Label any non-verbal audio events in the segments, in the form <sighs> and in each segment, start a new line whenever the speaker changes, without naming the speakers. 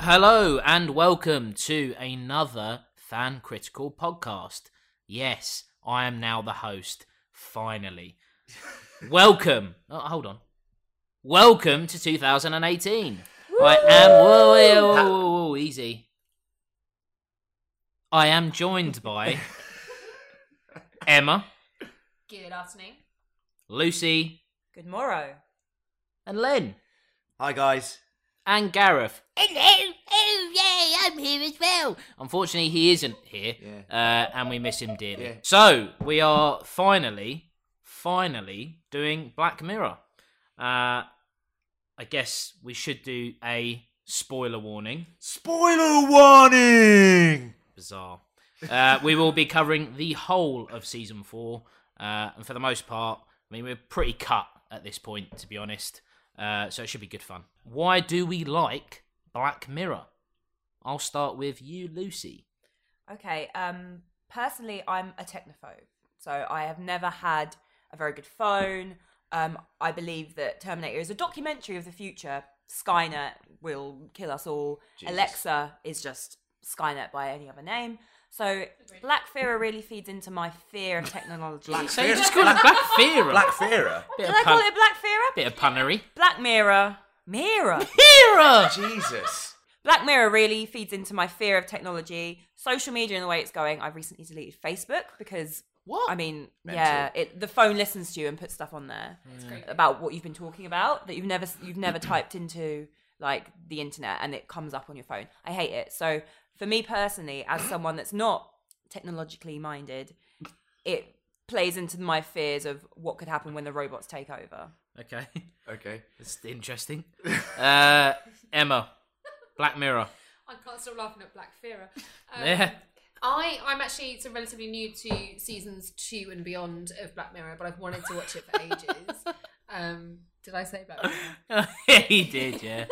Hello and welcome to another fan critical podcast. Yes, I am now the host. Finally, welcome. Oh, hold on. Welcome to 2018. I am whoa, whoa, whoa, whoa, whoa, whoa, easy. I am joined by Emma,
Good afternoon.
Lucy,
Good morrow.
and Len,
Hi guys.
and Gareth.
Hello. Oh yeah, I'm here as well.
Unfortunately, he isn't here,
Yeah.
uh, and we miss him dearly.
Yeah.
So we are finally, finally doing Black Mirror. Uh, I guess we should do a spoiler warning.
Spoiler warning.
Bizarre. Uh, we will be covering the whole of season four, uh, and for the most part, I mean we're pretty cut at this point, to be honest. Uh, so it should be good fun. Why do we like Black Mirror? I'll start with you, Lucy.
Okay. Um. Personally, I'm a technophobe, so I have never had a very good phone. Um. I believe that Terminator is a documentary of the future. Skynet will kill us all. Alexa is just Skynet by any other name. So Black Fear really feeds into my fear of technology.
Black
So you
Fear.
just call it Black Fear.
Black Fearer.
Bit
Did
of
I call
pun-
it Black Fear?
Bit of punnery.
Black Mirror. Mirror. <laughs>
Hero!
Jesus.
Black Mirror really feeds into my fear of technology, social media, and the way it's going. I've recently deleted Facebook because
What?
I mean,
Mental. Mm.
yeah, it, the phone listens to you and puts stuff on there about what you've been talking about that you've never you've
<clears throat>
never typed into like the internet, and it comes up on your phone. I hate it. So for me personally, as someone that's not technologically minded, it plays into my fears of what could happen when the robots take over.
Okay. <laughs>
Okay.
That's interesting. Uh, Emma, Black Mirror.
I can't stop laughing at Black Fearer. Um,
Yeah. <laughs>
I, I'm actually so relatively new to seasons two and beyond of Black Mirror, but I've wanted to watch it for ages. Um, did I say Black Mirror?
he did, yeah.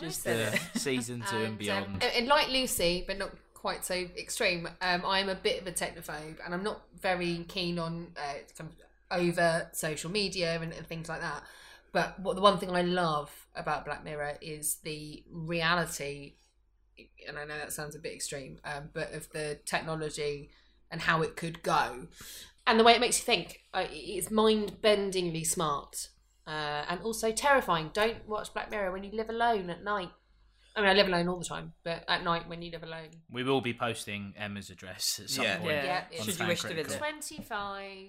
Just uh,
said
season two and
Um,
beyond.
and- and like Lucy, but not quite so extreme, um, I'm a bit of a technophobe and I'm not very keen on uh, kind of over social media and, and things like that. But what the one thing I love about Black Mirror is the reality, and I know that sounds a bit extreme, um, but of the technology and how it could go, and the way it makes you think. Uh, It's mind-bendingly smart, uh, and also terrifying. Don't watch Black Mirror when you live alone at night. I mean, I live alone all the time, but at night when you live alone.
we will be posting Emma's address at some
Yeah.
point.
Yeah.
on
Should you
Fan
wish to
Critical.
visit?
25,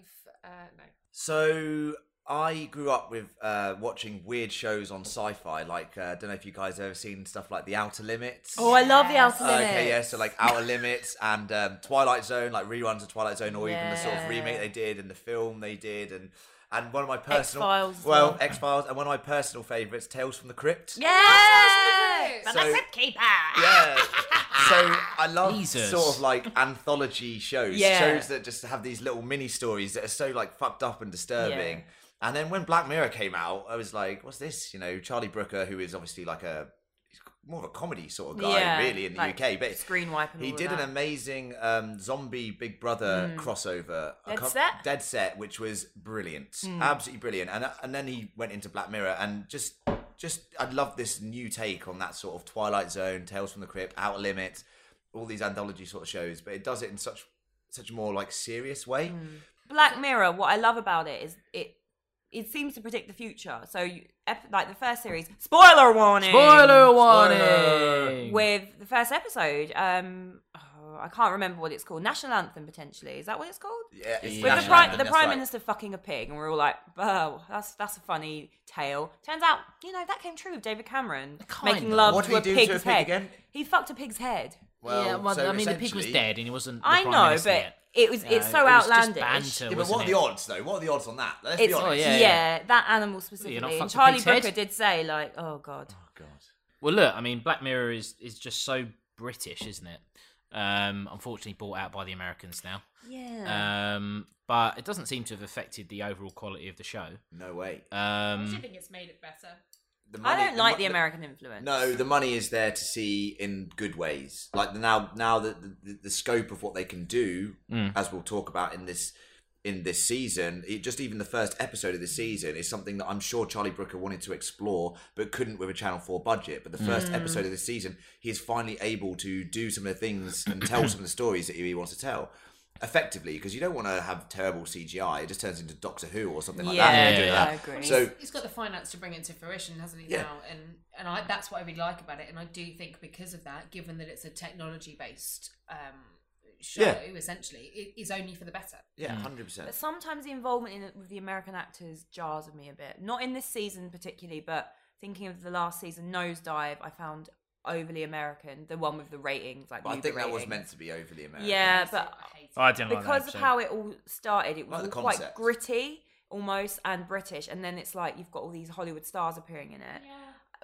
uh, no.
So I grew up with uh, watching weird shows on sci-fi. Like uh, don't know if you guys have ever seen stuff like The Outer Limits.
Oh, I love the outer
Uh,
limits.
okay, yeah, so like Outer Limits and um, Twilight Zone, like reruns of Twilight Zone, or even the sort of
Yeah.
remake they did and the film they did, and and one of my personal
X-Files as
well,
well.
X Files, and one of my personal favourites, Tales from the Crypt.
Yeah.
So- Yeah.
<laughs>
So I love
Jesus.
sort of like anthology shows,
Yeah.
shows that just have these little mini stories that are so like fucked up and disturbing.
Yeah.
And then when Black Mirror came out, I was like, "What's this?" You know, Charlie Brooker, who is obviously like a he's more of a comedy sort of guy,
Yeah,
really, in the
like
UK. But
screen wipe and
he
all of
did an
that. Mm.
amazing um, zombie Big Brother crossover, I
Dead
can't-
Set? Mm.
Dead Set, which was brilliant, absolutely brilliant. And uh, and then he went into Black Mirror, and just just I love this new take on that sort of Twilight Zone, Tales from the Crypt, Out Limits, all these anthology sort of shows, but it does it in such such a more like serious way.
Mm. Black Mirror, what I love about it is it it seems to predict the future. So you, ep- like the first series, spoiler warning.
Spoiler warning!
Spoiler.
With the first episode, um oh, I can't remember what it's called. National anthem potentially. Is that what it's called?
Yeah,
With
it's
With the,
national
pri-
anthem,
the
that's
prime
right.
minister fucking a pig, and we're all like, "Oh, that's that's a funny tale." Turns out, you know, that came true with David Cameron
Kind
making
of.
love
What
to
did
a
he do to
pig's
a pig
head.
again?
He fucked a pig's head.
Well,
yeah, well,
so
I mean, the pig was
essentially-
dead and he wasn't. The
I
Prime
know,
Minister
but
yet.
it was
You
it's
know,
so
it was just
outlandish.
banter,
Yeah, but
wasn't
what are
it?
the odds, though? What are the odds on that? Let's
It's
be honest.
Oh, yeah,
yeah, that animal
not
specifically.
fucking
and Charlie
pig's head.
Brooker did say like, oh god,
Oh, God.
Well, look, I mean, Black Mirror is is just so British, isn't it? Um, unfortunately, bought out by the Americans now.
yeah.
Um, but it doesn't seem to have affected the overall quality of the show.
No way. Hmm.
Um,
do think it's made it better.
The
I
money-
don't like
mo-
the American influence.
No, the money is there to see in good ways. Like the, now, now the, the the scope of what they can do,
Mm.
as we'll talk about in this in this season, it, just even the first episode of this season is something that I'm sure Charlie Brooker wanted to explore, but couldn't with a Channel Four budget. But the
Mm.
first episode of this season, he is finally able to do some of the things and tell some of the stories that he wants to tell. Effectively, because you don't want to have terrible CGI; it just turns into Doctor Who or something like that.
Yeah,
They do
yeah,
that.
I agree.
So
he's, he's got the finance to bring it to fruition, hasn't he?
Yeah.
Now, and and I, that's what I really like about it. And I do think because of that, given that it's a technology based um, show,
Yeah.
essentially, it is only for the better.
yeah,
Mm.
hundred
But
percent.
sometimes the involvement in, with the American actors jars me a bit. Not in this season particularly, but thinking of the last season, Nosedive, I found overly American. The one with the ratings, like
But I
Uber
think that was
ratings.
meant to be overly American.
Yeah, but
hate
I didn't like that
because of
episode.
how it all started, it was
Like the
all quite
concept.
gritty almost and British, and then it's like you've got all these Hollywood stars appearing in it.
Yeah.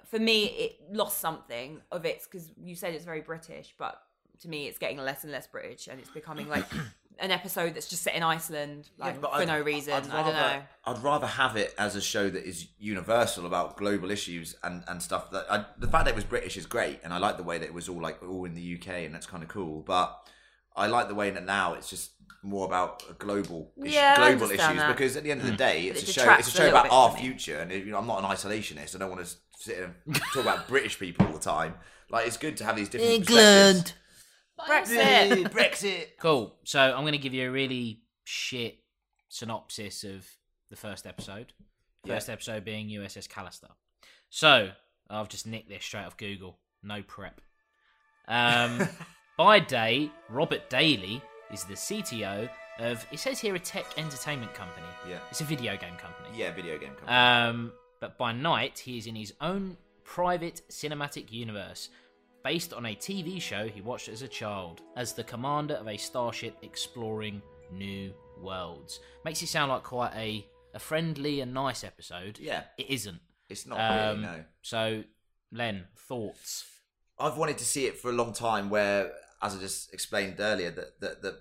For me, it lost something of its because you said it's very British, but to me, it's getting less and less British, and it's becoming
<clears throat>
like. An episode that's just set in Iceland, like
but
for
I'd-
no reason.
I'd
I don't know.
rather- I'd rather have it as a show that is universal about global issues and, and stuff. That I, the fact that it was British is great, and I like the way that it was all like all in the UK, and that's kind of cool. But I like the way that now it's just more about a global ish-
Yeah, I
global
understand
issues
that.
because at the end of the day, it's
it
a show.
detracts
It's
a
a show
little
about
bit
our
for me.
future, and you know, I'm not an isolationist. I don't want to sit here and talk about British people all the time. Like it's good to have these different perspectives.
But I also-
Brexit.
Brexit.
Cool. So I'm going to give you a really shit synopsis of the first episode.
Yeah.
First episode being USS Callister. So I've just nicked this straight off Google. No prep.
<laughs>
Um, by day, Robert Daly is the CTO of. It says here a tech entertainment company.
Yeah,
It's a video game company.
yeah. Video game. company.
Um, but by night, he is in his own private cinematic universe, based on a TV show he watched as a child, as the commander of a starship exploring new worlds. Makes it sound like quite a, a friendly and nice episode.
yeah,
It isn't.
it's not
Um,
really no.
So, Len, thoughts?
I've wanted to see it for a long time. Where, as I just explained earlier, that that, that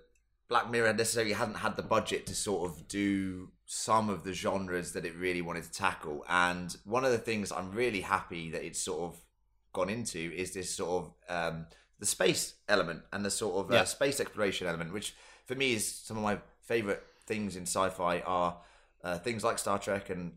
Black Mirror necessarily hadn't had the budget to sort of do some of the genres that it really wanted to tackle. And one of the things I'm really happy that it's sort of gone into is this sort of um, the space element and the sort of uh,
Yeah.
space exploration element, which for me is some of my favorite things in sci-fi are uh, things like Star Trek and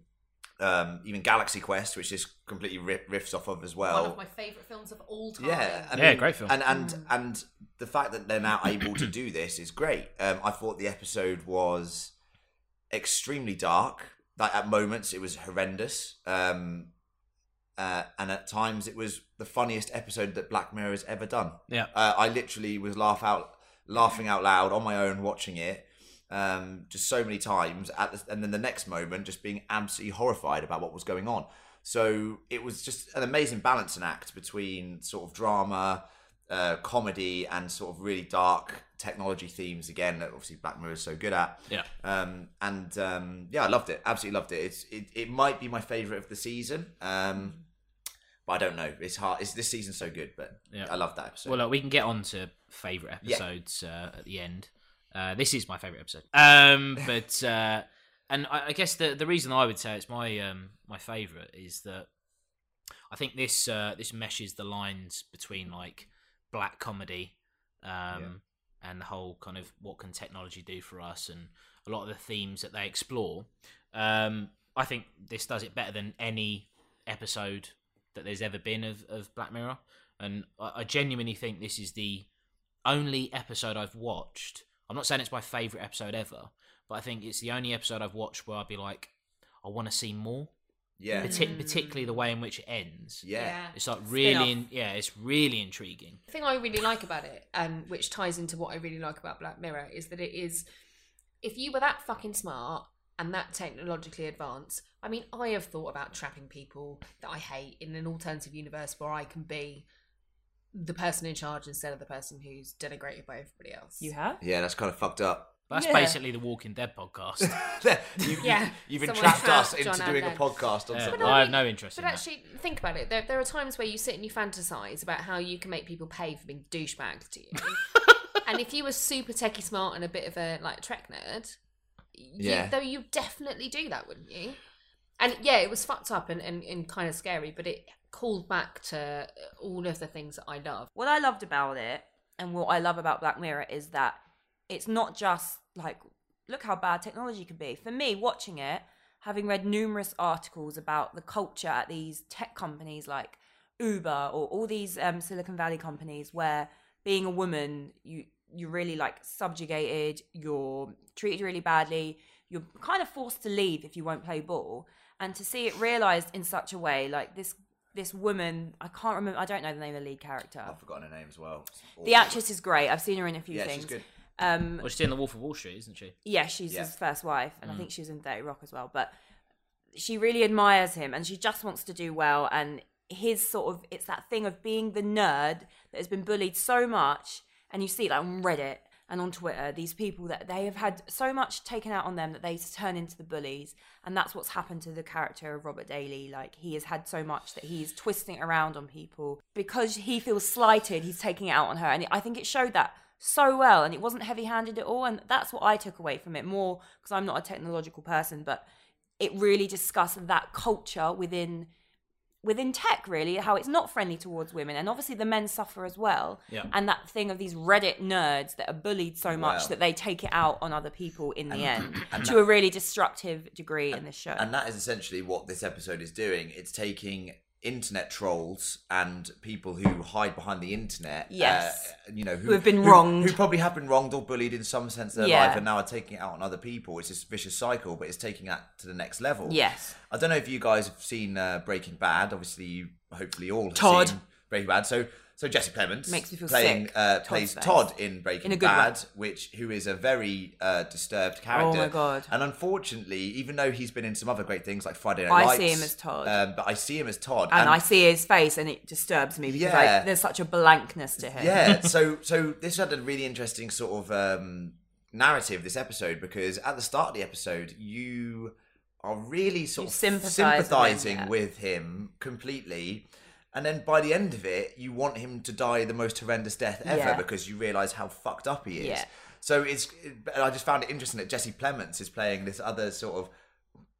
um, even Galaxy Quest, which this completely ri- riffs off of as well.
one of my favourite films of all time. Mm.
Yeah,
Yeah, great film.
And and and the fact that they're now able to do this is great. Um, I thought the episode was extremely dark. Like at moments, it was horrendous. Um, uh, and at times, it was the funniest episode that Black Mirror has ever done.
Yeah.
Uh, I literally was laugh out, laughing out loud on my own watching it, um, just so many times. At the, and then the next moment, just being absolutely horrified about what was going on. So it was just an amazing balancing act between sort of drama, uh, comedy, and sort of really dark technology themes. Again, that obviously Black Mirror is so good at.
Yeah.
Um, and um, yeah, I loved it. Absolutely loved it. It's it, it might be my favorite of the season. Um, but I don't know. It's hard. It's this season's so good, but
Yeah.
I love that episode.
Well, look, we can get on to favourite
Yeah.
episodes uh, at the end. Uh, this is my favourite episode. Um, but uh, and I, I guess the the reason I would say it's my um, my favourite is that I think this uh, this meshes the lines between like black comedy um, and the whole kind of what can technology do for us and a lot of the themes that they explore. Um, I think this does it better than any episode that there's ever been of, of Black Mirror, and I, I genuinely think this is the only episode I've watched. I'm not saying it's my favorite episode ever, but I think it's the only episode I've watched where I'd be like, I want to see more.
yeah,
It's-
Partic-
Mm.
particularly the way in which it ends.
yeah,
It's like
Spin-off.
really, in- yeah, it's really intriguing.
The thing I really like about it, um, which ties into what I really like about Black Mirror, is that it is, if you were that fucking smart and that technologically advanced, I mean, I have thought about trapping people that I hate in an alternative universe where I can be the person in charge instead of the person who's denigrated by everybody else.
You have?
Yeah, that's kind of fucked up. <laughs>
That's
Yeah.
basically the Walking Dead podcast.
There, you,
<laughs> Yeah,
you, have
someone
entrapped us
trapped
into
<laughs> John
doing a
Adams.
podcast on
Yeah,
something.
But
I
I
have
mean-
no interest
But
in that.
actually, think about it. There, there are times where you sit and you fantasize about how you can make people pay for being douchebags
<laughs>
to you. and if you were super techie smart and a bit of a like trek nerd, you,
Yeah.
though you definitely do that, wouldn't you? And yeah, it was fucked up and, and, and kind of scary, but it called back to all of the things that I love.
What I loved about it, and what I love about Black Mirror, is that it's not just like, look how bad technology can be. For me, watching it, having read numerous articles about the culture at these tech companies like Uber or all these um, Silicon Valley companies, where being a woman, you you're really like subjugated, you're treated really badly, you're kind of forced to leave if you won't play ball, and to see it realized in such a way, like this this woman, I can't remember, I don't know the name of the lead character.
I've forgotten her name as well. It's awful.
The actress is great. I've seen her in a few
Yeah,
things.
she's good.
Um,
Well, she's in The Wolf of Wall Street, isn't she?
yeah, she's
Yeah. Mm.
his first wife, and I think she was in Thirty Rock as well. But she really admires him, and she just wants to do well. And his sort of it's that thing of being the nerd that has been bullied so much, and you see like on Reddit and on Twitter these people that they have had so much taken out on them that they turn into the bullies, and that's what's happened to the character of Robert Daly. Like he has had so much that he's twisting it around on people because he feels slighted. He's taking it out on her, and I think it showed that so well and it wasn't heavy handed at all and that's what i took away from it more because i'm not a technological person but it really discussed that culture within within tech really how it's not friendly towards women and obviously the men suffer as well
Yeah.
and that thing of these reddit nerds that are bullied so much
Wow.
that they take it out on other people in the end
<clears throat> and
to
that-
a really destructive degree in this show
And that is essentially what this episode is doing. It's taking internet trolls and people who hide behind the internet.
Yes.
uh, you know, who,
have been wronged.
Who probably have been wronged or bullied in some sense of their
Yeah.
life and now are taking it out on other people. It's this vicious cycle, but it's taking that to the next level.
yes
I don't know if you guys have seen uh, Breaking Bad. Obviously, you hopefully all have
Todd.
seen Breaking Bad. So, so Jesse Plemons
Makes me feel
playing
sick.
Uh,
Todd's
plays
face.
Todd in Breaking
In a good
Bad, which who is a very uh, disturbed character.
Oh my God.
And unfortunately, even though he's been in some other great things like Friday Night
I
Lights,
see him as Todd.
Um, but I see him as Todd,
and, i see his face and it disturbs me because
Yeah.
I, there's such a blankness to him <laughs>
yeah so so this had a really interesting sort of um narrative this episode because at the start of the episode you are really sort
You
of
sympathise with him,
sympathizing
yeah.
with him completely and then by the end of it you want him to die the most horrendous death ever
Yeah.
because you realize how fucked up he is
Yeah.
so it's and i just found it interesting that jesse plemons is playing this other sort of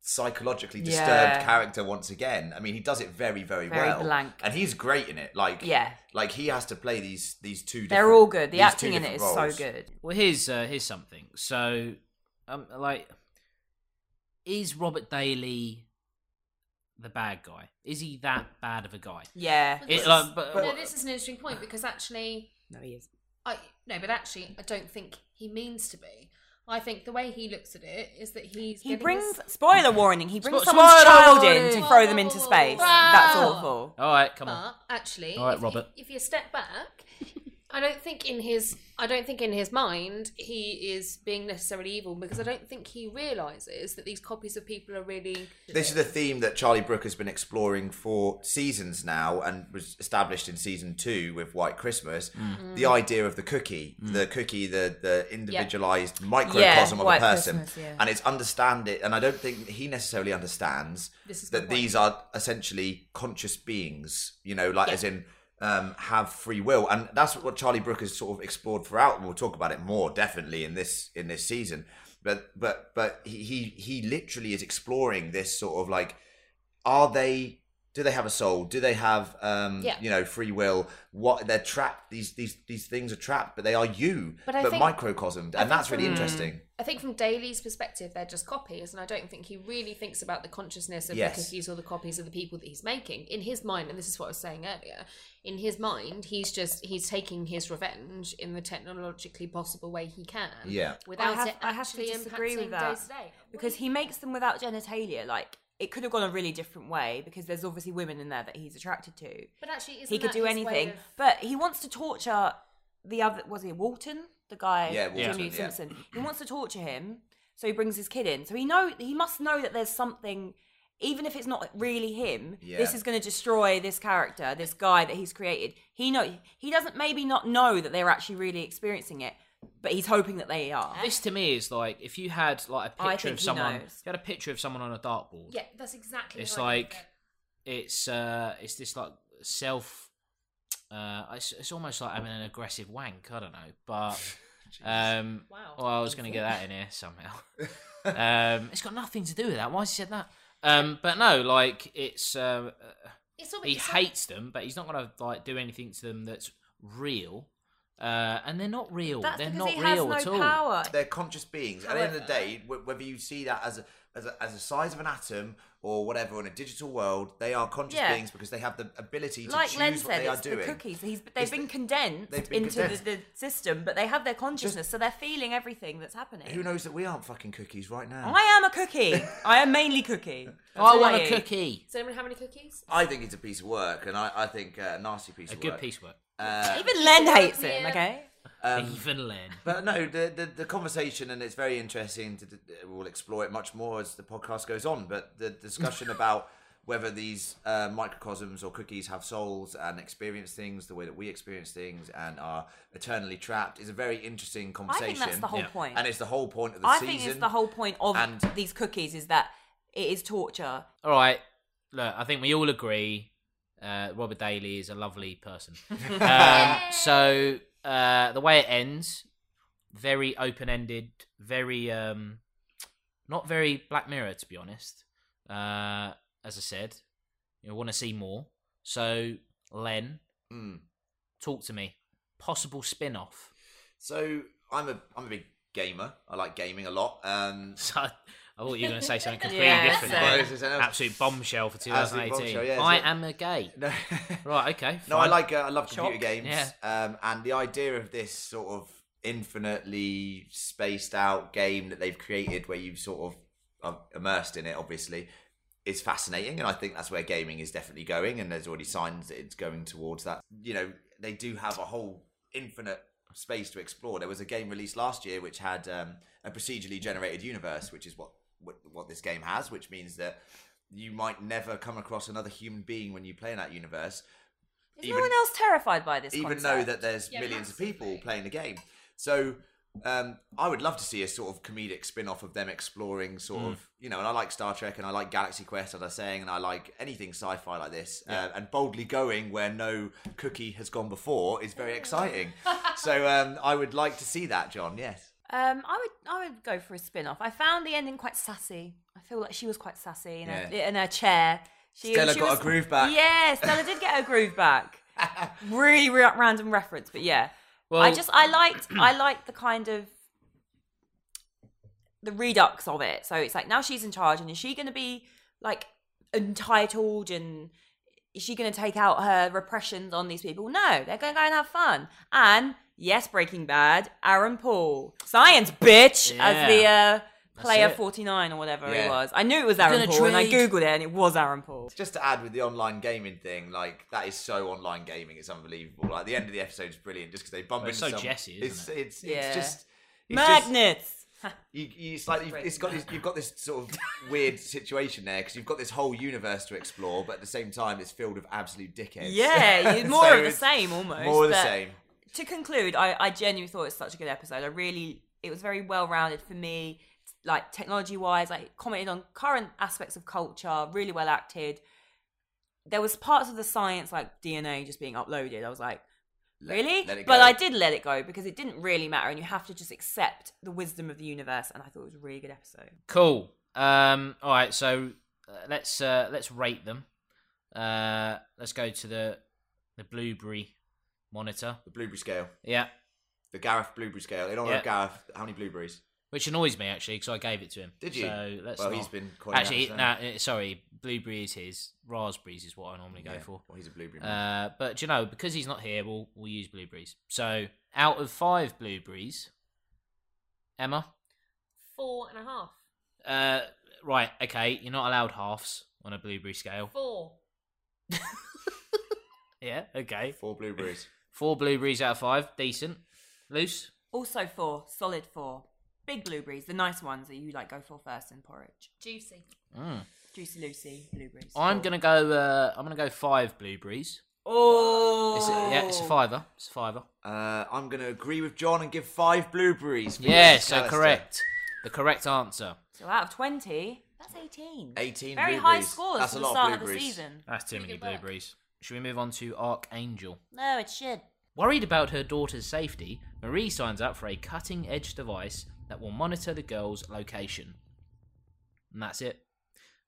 psychologically disturbed
Yeah.
character once again i mean he does it very very,
Very
well
blank.
and he's great in it like
Yeah.
like he has to play these these two.
they're
different-
all good the
these two
acting in it
different
is
roles.
so good
Well, here's uh, here's something. So, um, like, is Robert Daly the bad guy? Is he that bad of a guy?
yeah
It, like, but,
no, this is an interesting point because actually,
no he is
I no, but actually, I don't think he means to be. I think the way he looks at it is that he's
He
getting
brings
his-
spoiler warning. He brings
Spo-
someone's
spoiler
child in
warning.
to throw them into
Wow.
space.
Wow.
That's awful.
all right, come on.
But actually,
All right,
if,
Robert.
if you step back, I don't think in his I don't think in his mind he is being necessarily evil because I don't think he realizes that these copies of people are really
This is a theme that Charlie Brooke has been exploring for seasons now, and was established in season two with White Christmas.
Mm.
The idea of the cookie, the cookie, the the individualized microcosm of
White
a person,
Christmas, yeah.
and it's understand it. And I don't think he necessarily understands
This is a
that
good point.
these are essentially conscious beings. You know, like as in. Um, have free will, and that's what Charlie Brooke has sort of explored throughout, and we'll talk about it more definitely in this in this season. But but but he he, he literally is exploring this sort of like are they do they have a soul do they have um
Yeah.
you know free will what they're trapped these these these things are trapped but they are you
But I think-
microcosmed and that's really interesting
I think from Daly's perspective, they're just copies, and I don't think he really thinks about the consciousness of
Yes.
the cookies or the copies of the people that he's making. In his mind, and this is what I was saying earlier, in his mind, he's just he's taking his revenge in the technologically possible way he can.
Yeah.
Without
I have-
it
I have to
actually
disagree
impacting
with that
day to day.
because he makes them without genitalia. Like it could have gone a really different way because there's obviously women in there that he's attracted to.
But actually, isn't
he could
that
do
his way
anything,
of-
but he wants to torture the other. Was he Walton, the guy?
Yeah,
from
Walton,
Newt
yeah.
Simpson. He wants to torture him, so he brings his kid in. So he know he must know that there's something even if it's not really him,
Yeah.
this is going to destroy this character, this guy that he's created. He know he doesn't maybe not know that they're actually really experiencing it, but he's hoping that they are.
This to me is like if you had like a
I
picture
think
of
he
someone,
knows.
if you had a picture of someone on a dartboard.
Yeah, that's exactly.
It's
what I
like-
said.
It's uh, it's this like self. Uh, it's, it's almost like having an aggressive wank. I don't know, but um,
Wow.
Oh, I was going to get that in here somehow. um, it's got nothing to do with that. Why has he said that? Um, but no, like it's uh, uh,
It's almost
he
it's like-
hates them, but he's not going to like do anything to them that's real. Uh, and they're not real.
That's
they're
because
not
he
real
has
at
no
all.
power.
They're conscious beings. At the end of the day, wh- whether you see that as a, as a as a size of an atom or whatever in a digital world, they are conscious
Yeah.
beings because they have the ability to
Like
choose
Len
what
said,
they
it's
are
the
doing.
cookies. He's, they've
It's
been
the-
condensed
they've been
into
condensed.
The, the system, but they have their consciousness, so they're feeling everything that's happening.
Who knows that we aren't fucking cookies right now?
I am a cookie. I am mainly cookie.
<laughs>
Oh,
That's
I
all
want a
eat.
cookie.
Does anyone have any cookies?
I think it's a piece of work, and I, I think uh, a nasty piece
A
of
good
work.
piece of work.
Uh,
Even Len hates him.
Yeah.
Okay.
um,
Even Len.
but no, the, the the conversation, and it's very interesting. To, to- we'll explore it much more as the podcast goes on. But
<laughs>
the discussion about whether these uh, microcosms or cookies have souls and experience things the way that we experience things and are eternally trapped is a very interesting
I
conversation.
think that's the whole
Yeah.
point.
and it's the whole point of the
I
season.
think it's the whole point of
and-
these cookies is that it is torture.
All right. Look, I think we all agree. Uh, Robert Daly is a lovely person.
<laughs>
um, so uh, the way it ends, very open ended, very um, not very Black Mirror to be honest. Uh, as I said, you want to see more. So Len,
Mm.
talk to me. Possible spin off.
So I'm a I'm a big gamer. I like gaming a lot. Um,
<laughs>
<laughs>
So I thought you were going to say something completely
<laughs> Yeah,
different.
so-
there.
Well, it's an
Absolute bombshell for
Absolute
2018.
bombshell, yeah,
I
so-
am a gay.
no.
Right. Okay.
No, I
fine.
like uh, I love computer
Shock.
games,
Yeah.
um, and the idea of this sort of infinitely spaced out game that they've created, where you sort of are immersed in it, obviously, is fascinating, and I think that's where gaming is definitely going, and there's already signs that it's going towards that. You know, they do have a whole infinite space to explore. There was a game released last year which had um, a procedurally generated universe, which is what what, what this game has, which means that. You might never come across another human being when you play in that universe,
Is
Even-
no one else terrified by this?
even
concept?
though that there's
Yeah,
millions of people
massively.
playing the game. So um, I would love to see a sort of comedic spin-off of them exploring sort
Mm.
of you know, and I like Star Trek and I like Galaxy Quest, as I was saying, and I like anything sci-fi like this, uh, and boldly going where no cookie has gone before is very
<laughs>
exciting. so um, I would like to see that, John. Yes.
um, I would I would go for a spin off. I found the ending quite sassy. I feel like she was quite sassy in, her,
Yeah.
in her chair. She,
Stella
she
got
was-
her groove back.
Yeah, Stella did get her groove
<laughs>
back. really ra- random reference, but yeah.
Well-
I just I liked I liked the kind of the redux of it. So it's like now she's in charge, and is she going to be like entitled and is she going to take out her repressions on these people? No, they're going to go and have fun. And yes, Breaking Bad, Aaron Paul, science bitch, as the uh, player
it.
forty nine or whatever
Yeah.
he was. I knew it was Aaron
gonna
Paul, and I
trade.
googled it, and it was Aaron Paul.
Just to add with the online gaming thing, like that is so online gaming. It's unbelievable. Like the end of the episode is brilliant, just because they bump
Well, it's
into
so
some-
Jesse, isn't
it's,
it?
It's it's
Yeah.
just it's just-
Magnets.
<laughs> you, you it's like you've, it's got this, you've got this sort of
<laughs>
weird situation there because you've got this whole universe to explore, but at the same time, it's filled with absolute dickheads. <laughs>
Yeah, you- more
So
of the
it's
same almost.
More of the
but
same.
To conclude, I, I genuinely thought it was such a good episode. I really, it was very well rounded for me, like technology wise. Like commented on current aspects of culture, really well acted. There was parts of the science like DNA just being uploaded. I was like,
Let-
really?
let it
But
go.
I did let it go because it didn't really matter, and you have to just accept the wisdom of the universe. And I thought it was a really good episode.
Cool. Um, all right, so uh, let's uh, let's rate them. Uh, let's go to the the blueberry monitor.
The blueberry scale.
Yeah,
The Gareth blueberry scale. In honor of
Yeah.
Gareth, how many blueberries?
which annoys me actually because I gave it to him.
Did you?
So let's
well,
not-
he's been quite
actually no. uh, sorry, blueberry is his. Raspberries is what I normally go for.
Well, he's a blueberry. man.
Uh, but you know, because he's not here, we'll we'll use blueberries. So out of five blueberries, Emma.
Four and a half.
Uh, right. Okay, you're not allowed halves on a blueberry scale.
Four.
Yeah. Okay.
Four blueberries.
Four blueberries out of five. Decent. Loose.
Also four, solid four. Big blueberries, the nice ones that you like go for first in porridge.
Juicy.
Juicy Lucy, blueberries.
Mm. I'm gonna go. Uh, I'm gonna go five blueberries.
Oh,
It's a, yeah, it's a fiver. It's a fiver.
Uh, I'm going to agree with John and give five blueberries. for
Yeah,
Ian
so
McAllister.
correct. The correct answer.
So out of twenty, that's eighteen.
18
Very
blueberries.
high scores
That's
for
a
the
lot
start
of
of the
blueberries.
season.
That's too
Pretty
many
good work.
blueberries. Should we move on to Archangel?
No, it should.
Worried about her daughter's safety, Marie signs up for a cutting edge device that will monitor the girl's location. And that's it.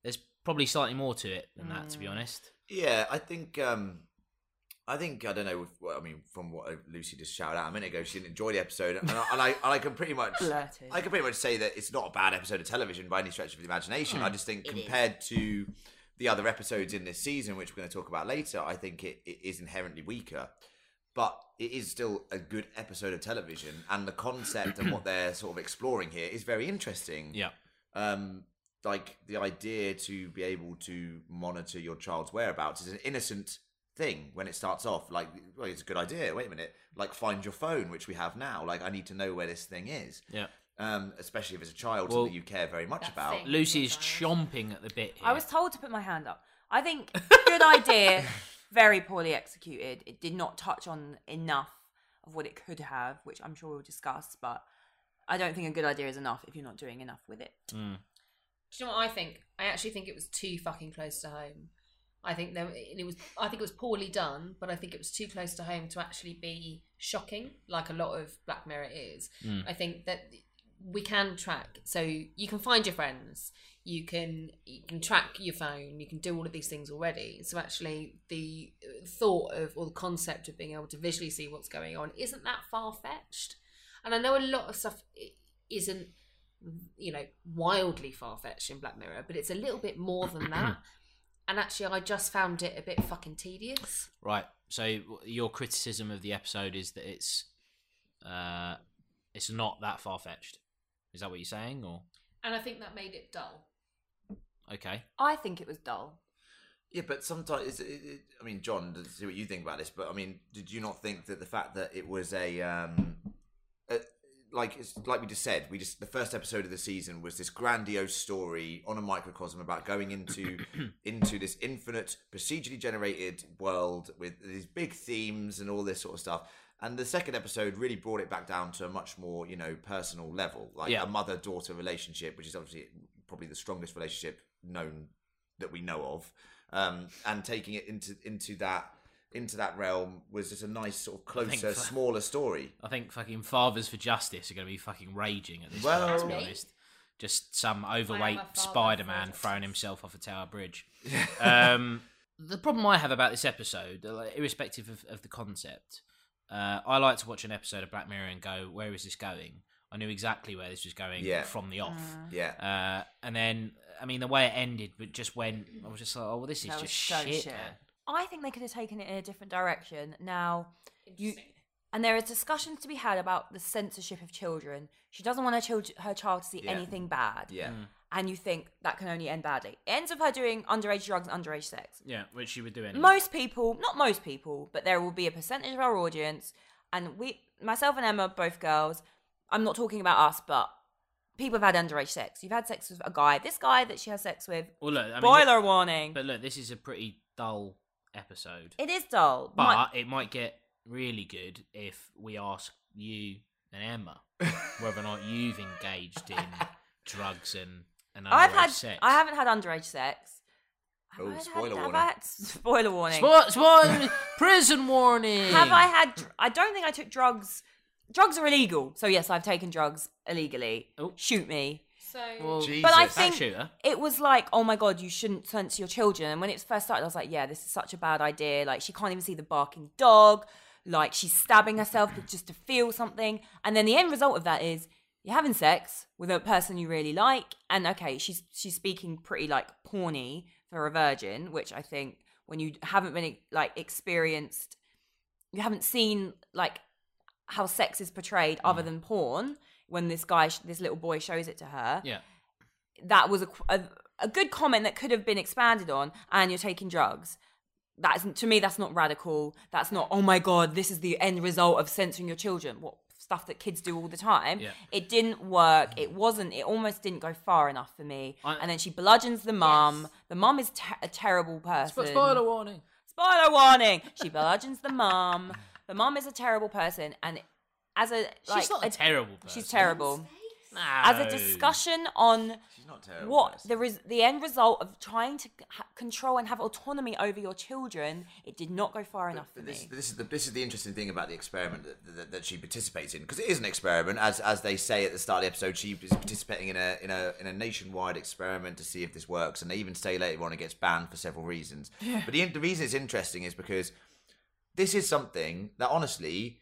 There's probably slightly more to it than that,
Mm.
to be honest.
Yeah, I think um I think I don't know. With, well, I mean, from what Lucy just shouted out a minute ago, she didn't enjoy the episode, and I, and I, and I can pretty much,
Blurted.
I can pretty much say that it's not a bad episode of television by any stretch of the imagination. I just think compared to the other episodes in this season, which we're going to talk about later, I think it, it is inherently weaker. But it is still a good episode of television, and the concept and what they're sort of exploring here is very interesting
Yeah.
um, like the idea to be able to monitor your child's whereabouts is an innocent thing when it starts off. Like, well, it's a good idea. Wait a minute. Like, find your phone, which we have now. Like, I need to know where this thing is.
Yeah.
Um, especially if it's a child
Well-
something you care very much
That
about.
thing.
Lucy is chomping at the bit. Here.
I was told to put my hand up. I
<laughs>
think good idea, very poorly executed. It did not touch on enough of what it could have, which I'm sure we'll discuss, but I don't think a good idea is enough if you're not doing enough with it.
Mm.
Do you know what I think? I actually think it was too fucking close to home. I think there, it was. I think it was poorly done, but I think it was too close to home to actually be shocking, like a lot of Black Mirror is.
Mm.
I think that we can track, so you can find your friends, you can you can track your phone, you can do all of these things already. So actually, the thought of or the concept of being able to visually see what's going on isn't that far fetched. And I know a lot of stuff i- isn't you know, wildly far fetched in Black Mirror, but it's a little bit more than that. And actually, I just found it a bit fucking tedious.
Right. So w- your criticism of the episode is that it's uh it's not that far fetched. Is that what you're saying or
And I think that made it dull.
okay.
I think it was dull.
Yeah, but sometimes it's, it, it, I mean, John, to see what you think about this, but I mean, did you not think that the fact that it was a um, a, like it's like we just said, we just the first episode of the season was this grandiose story on a microcosm about going into into this infinite procedurally generated world with these big themes and all this sort of stuff. And the second episode really brought it back down to a much more, you know, personal level, like
Yeah.
a mother daughter relationship, which is obviously probably the strongest relationship known that we know of, um, and taking it into into that into that realm was just a nice sort of
think
closer,
for-
smaller story.
I think fucking fathers for justice are going to be fucking raging at this
Well-
point, to be
That's me.
honest. Just some
a
overweight
father
Spider
for
Man
justice.
throwing himself off a tower bridge.
<laughs>
um, the problem I have about this episode, uh, like, irrespective of, of the concept, uh, I like to watch an episode of Black Mirror and go, where is this going? I knew exactly where this was going
Yeah.
from the off.
Ah.
Yeah.
Uh, and then, I mean, the way it ended, but just when I was just like, oh, well, this is
That
just
was so
shit.
shit.
man.
I think they could have taken it in a different direction. Now, you and there is discussions to be had about the censorship of children. She doesn't want her, child, her child to see
Yeah.
anything bad.
yeah.
hmm.
And you think that can only end badly. It ends with her doing underage drugs and underage sex.
Yeah, which you would do anyway.
Most people, not most people, but there will be a percentage of our audience, and we, myself and Emma, both girls. I'm not talking about us, but people have had underage sex. You've had sex with a guy. This guy that she has sex with.
well, look, I mean,
boiler warning.
But look, this is a pretty dull episode.
it is dull.
But
My-
it might get really good if we ask you and
<laughs>
Emma whether or not you've engaged in drugs and, and underage
I've had.
sex.
I haven't had underage sex. Have
Oh,
I had-
spoiler
have I
warning.
had- <laughs> spoiler warning.
Sports warning! <laughs> Prison warning!
Have I had? dr- I don't think I took drugs. Drugs are illegal, so yes, I've taken drugs illegally.
Oh.
Shoot me.
So
Well,
Jesus.
But I
Back
think
shooter.
it was like, oh my god, you shouldn't censor your children. And when it first started, I was like, yeah, this is such a bad idea. Like she can't even see the barking dog. Like she's stabbing herself just to feel something. And then the end result of that is you're having sex with a person you really like. And okay, she's she's speaking pretty like porny for a virgin, which I think when you haven't been like experienced, you haven't seen like how sex is portrayed other than porn. When this guy, this little boy, shows it to her,
Yeah.
that was a, a, a good comment that could have been expanded on and you're taking drugs that's to me that's not radical that's not oh my god this is the end result of censoring your children what stuff that kids do all the time.
Yeah.
It didn't work. It wasn't. It almost didn't go far enough for me.
I-
and then she bludgeons the mum. The mum is te- a terrible person.
But spoiler warning.
Spoiler warning. She bludgeons the mum. The mum is a terrible person, and as a like,
she's not a terrible person.
she's terrible.
No.
As a discussion on
She's not terrible.
what
person.
the res- the end result of trying to ha- control and have autonomy over your children, it did not go far enough for
But
me.
this, this is the this is the interesting thing about the experiment that, that, that she participates in because it is an experiment as as they say at the start of the episode she is participating in a in a in a nationwide experiment to see if this works and they even say later on it gets banned for several reasons but the, the reason it's interesting is because this is something that honestly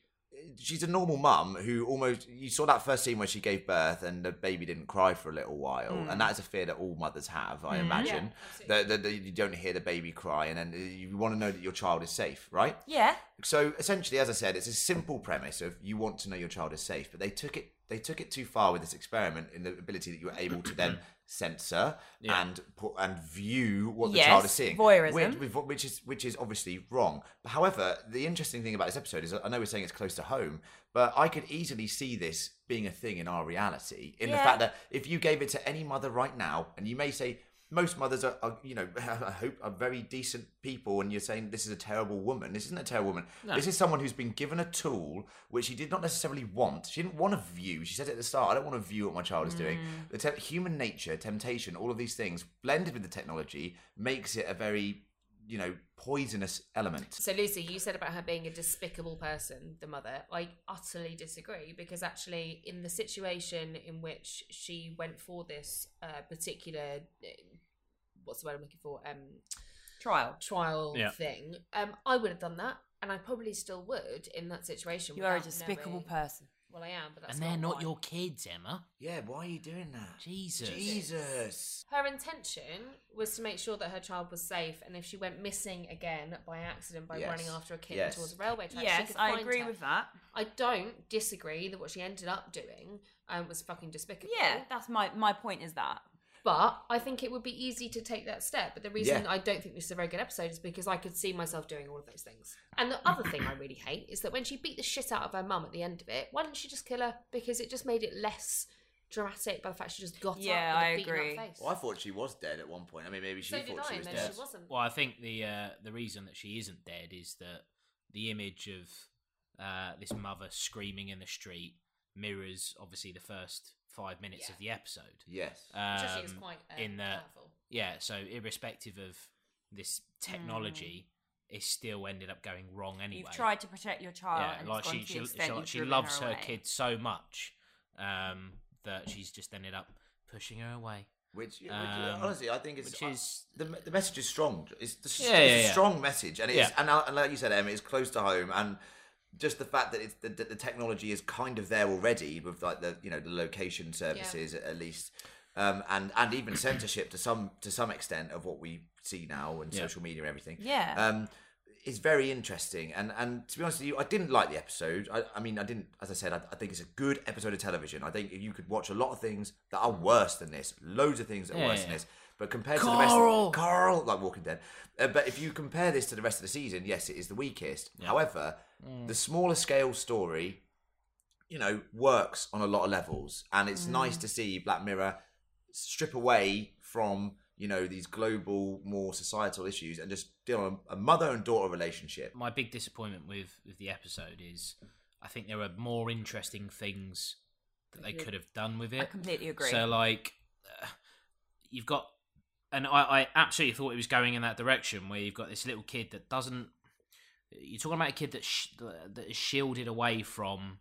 she's a normal mum who almost you saw that first scene where she gave birth and the baby didn't cry for a little while
Hmm.
and that is a fear that all mothers have i imagine that, that, that you don't hear the baby cry and then you want to know that your child is safe right
yeah,
so essentially as i said it's a simple premise of you want to know your child is safe but they took it they took it too far with this experiment in the ability that you were able to
<clears throat>
then censor
Yeah.
and put and view what the
Yes,
child is seeing
voyeurism.
Which- with what- which is which is obviously wrong but however the interesting thing about this episode is i know we're saying it's close to home but i could easily see this being a thing in our reality in the
Yeah.
fact that if you gave it to any mother right now and you may say most mothers are, are you know <laughs> i hope are very decent people and you're saying this is a terrible woman this isn't a terrible woman this is someone who's been given a tool which she did not necessarily want she didn't want to view she said at the start i don't want to view what my child is doing the te- human nature temptation all of these things blended with the technology makes it a very you know poisonous element
So Lucy, you said about her being a despicable person, the mother. I utterly disagree because actually, in the situation in which she went for this uh, particular, uh, what's the word I'm looking for, um,
trial.
trial
Yeah.
thing, um, I would have done that, and I probably still would in that situation.
You are a
without
despicable
knowing-
person.
Well, I am, but that's
and they're not
mine.
your kids, Emma.
yeah why are you doing that
Jesus.
jesus
Her intention was to make sure that her child was safe, and if she went missing again by accident by
Yes.
running after a kitten
Yes.
towards a railway track, she
Yes,
could
I
find
agree
her.
with that.
I don't disagree that what she ended up doing um, was fucking despicable.
Yeah, that's my my point. Is that
But I think it would be easy to take that step. But the reason
Yeah.
I don't think this is a very good episode is because I could see myself doing all of those things. And the other thing I really hate is that when she beat the shit out of her mum at the end of it, why didn't she just kill her? Because it just made it less dramatic by the fact she just got
Yeah,
up
I
with a beaten up
agree.
face.
well, I thought she was dead at one point. I mean, maybe she
so did
thought she
I, and
was
then
dead.
she wasn't.
Well, I think the uh, the reason that she isn't dead is that the image of uh, this mother screaming in the street mirrors obviously the first five minutes
Yeah.
of the episode.
Yes.
Which actually is
Um,
quite uh,
in that-
powerful.
yeah, so irrespective of this technology, it still ended up going wrong anyway.
Hmm. you've tried to protect your child,
yeah,
and
like
it's gone
she
to the
she,
extent
she,
you've
she
driven
loves her
away.
kid so much um, that she's just ended up pushing her away.
Which, which
Um,
honestly, I think it's
which is-
the, the message is strong. It's, the,
Yeah,
it's
yeah,
a
yeah.
strong message, and it's
Yeah.
and, I- and like you said, Em, it's close to home, and just the fact that it's the, the, the technology is kind of there already with like the you know the location services at least, um, and and even censorship to some to some extent of what we see now and
Yeah.
social media and everything.
Yeah.
Um, is very interesting and and to be honest with you i didn't like the episode i, I mean i didn't as i said I, I think it's a good episode of television i think you could watch a lot of things that are worse than this loads of things that are
Yeah,
worse
yeah,
than
yeah.
this but compared to the rest,
Carl!
Carl, like Walking Dead. Uh, but if you compare this to the rest of the season, yes, it is the weakest. However,
Mm.
the smaller scale story, you know, works on a lot of levels, and it's
Mm.
nice to see Black Mirror strip away from you know these global, more societal issues, and just deal on a mother and daughter relationship.
my big disappointment with with the episode is I think there are more interesting things that they could have done with it.
I completely agree.
Uh, So like, uh, you've got, and I, I absolutely thought it was going in that direction where you've got this little kid that doesn't. You're talking about a kid that sh- that is shielded away from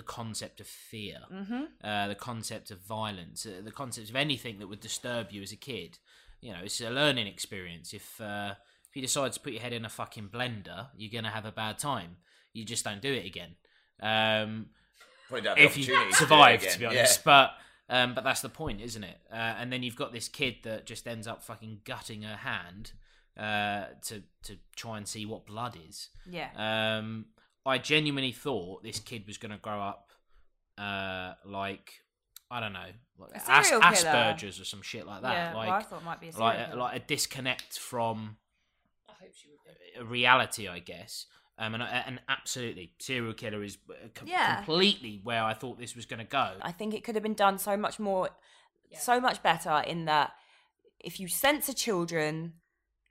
the concept of fear,
mm-hmm.
uh, the concept of violence, uh, the concept of anything that would disturb you as a kid. You know, it's a learning experience. If uh, if you decide to put your head in a fucking blender, you're gonna have a bad time. You just don't do it again. Um,
Probably don't have
if
the
you
opportunity to do it
survive,
again.
to be
Yeah.
honest. But um, but that's the point, isn't it? Uh, and then you've got this kid that just ends up fucking gutting her hand uh, to to try and see what blood is.
Yeah.
Um, I genuinely thought this kid was going to grow up uh, like I don't know, like
A serial killer.
Asperger's or some shit like that.
yeah, well, I
like uh,
thought it might be a serial
like
killer.
a, like a disconnect from
I hope she would.
reality, I guess. Um, and, and absolutely, serial killer is uh, com-
Yeah.
completely where I thought this was going to go.
I think it could have been done so much more,
Yeah.
so much better in that if you censor children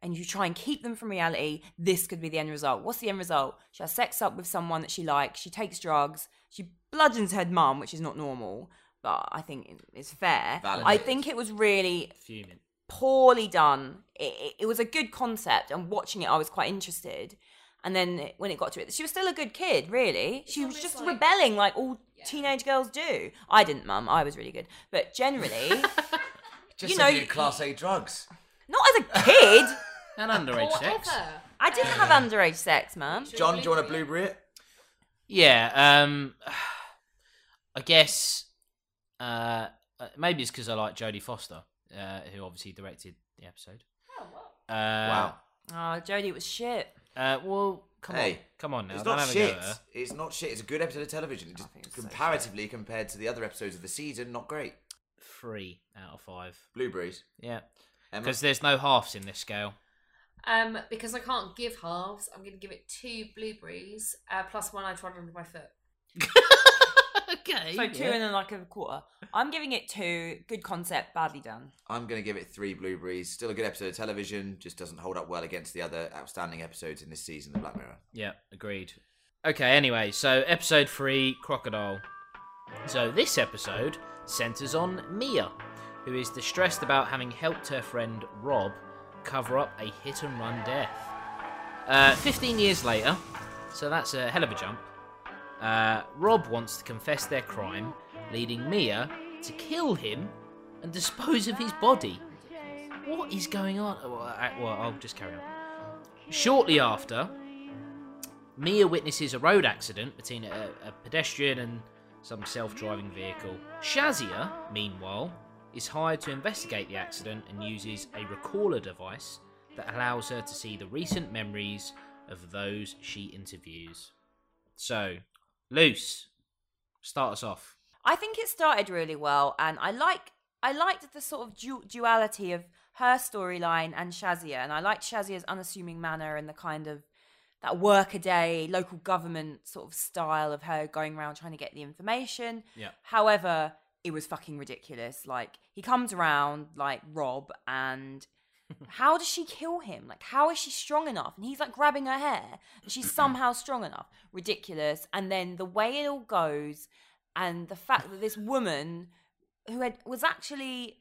and you try and keep them from reality, this could be the end result. What's the end result? She has sex up with someone that she likes, she takes drugs, she bludgeons her mum, which is not normal, but I think it- it's fair. I
Validated.
think it was really
Fuming.
poorly done. It, it, it was a good concept, and watching it, I was quite interested. And then it- when it got to it, she was still a good kid, really. She was
almost
just
like-
rebelling like all
Yeah.
teenage girls do. I didn't, mum. I was really good. But
<laughs>
generally, You
Just you
know,
know,
you-
class A drugs.
not as a kid.
And underage sex.
Whatever.
I didn't have underage sex, mum.
Sure.
John, do you want a blueberry? it?
Yeah. Um, <sighs> I guess uh, uh, maybe it's because I like Jodie Foster, uh, who obviously directed the episode.
Oh, well.
Uh,
Wow.
Oh, Jodie was shit.
Uh, well, come on,
Hey,
come on now.
It's
don't
not
have a go at
shit.
her.
It's not shit. It's a good episode of television. It just
think it's so
comparatively compared to the other episodes of the season, not great.
Three out of five.
Blueberries.
Yeah,
Emma.
because there's no halves in this scale.
Um, because I can't give halves, I'm going to give it two blueberries uh, plus one I trod under my foot.
okay.
So two and then like a quarter. I'm giving it two. Good concept, badly done.
I'm going to give it three blueberries. Still a good episode of television. Just doesn't hold up well against the other outstanding episodes in this season of Black Mirror.
Yeah, agreed. Okay, anyway, so episode three, Crocodile. So this episode centres on Mia, who is distressed about having helped her friend Rob cover up a hit and run death. Uh, 15 years later, so that's a hell of a jump, uh, Rob wants to confess their crime, leading Mia to kill him and dispose of his body. What is going on? Well, I- well I'll just carry on. Shortly after, Mia witnesses a road accident between a, a pedestrian and some self driving vehicle. Shazia, meanwhile, is hired to investigate the accident and uses a recaller device that allows her to see the recent memories of those she interviews. So, Luce, start us off.
I think it started really well, and I like I liked the sort of du- duality of her storyline and Shazia, and I liked Shazia's unassuming manner and the kind of that workaday local government sort of style of her going around trying to get the information.
Yeah.
However, it was fucking ridiculous. Like he comes around like Rob and how does she kill him? Like how is she strong enough? And he's like grabbing her hair.
<clears throat>
And she's somehow strong enough. Ridiculous. And then the way it all goes and the fact that this woman who had was actually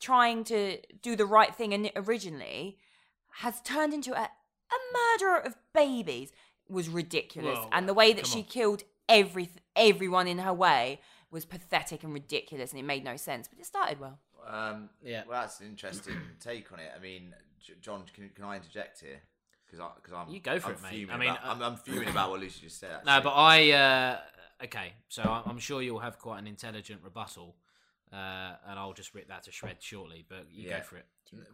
trying to do the right thing in- originally has turned into a, a murderer of babies was ridiculous
Whoa,
and the way that
come
she
on.
killed every everyone in her way was pathetic and ridiculous and it made no sense but it started well
Um,
Yeah.
Well, that's an interesting <coughs> take on it. I mean, J- John, can, can I interject here? Because because I'm
You go for
I'm
it, mate.
fuming
I mean,
about-
uh,
I'm, I'm fuming about what Lucy just said.
<laughs> No,
actually.
but I. Uh, okay, so I- I'm sure you'll have quite an intelligent rebuttal, uh, and I'll just rip that to shreds shortly, but you
Yeah.
go for it.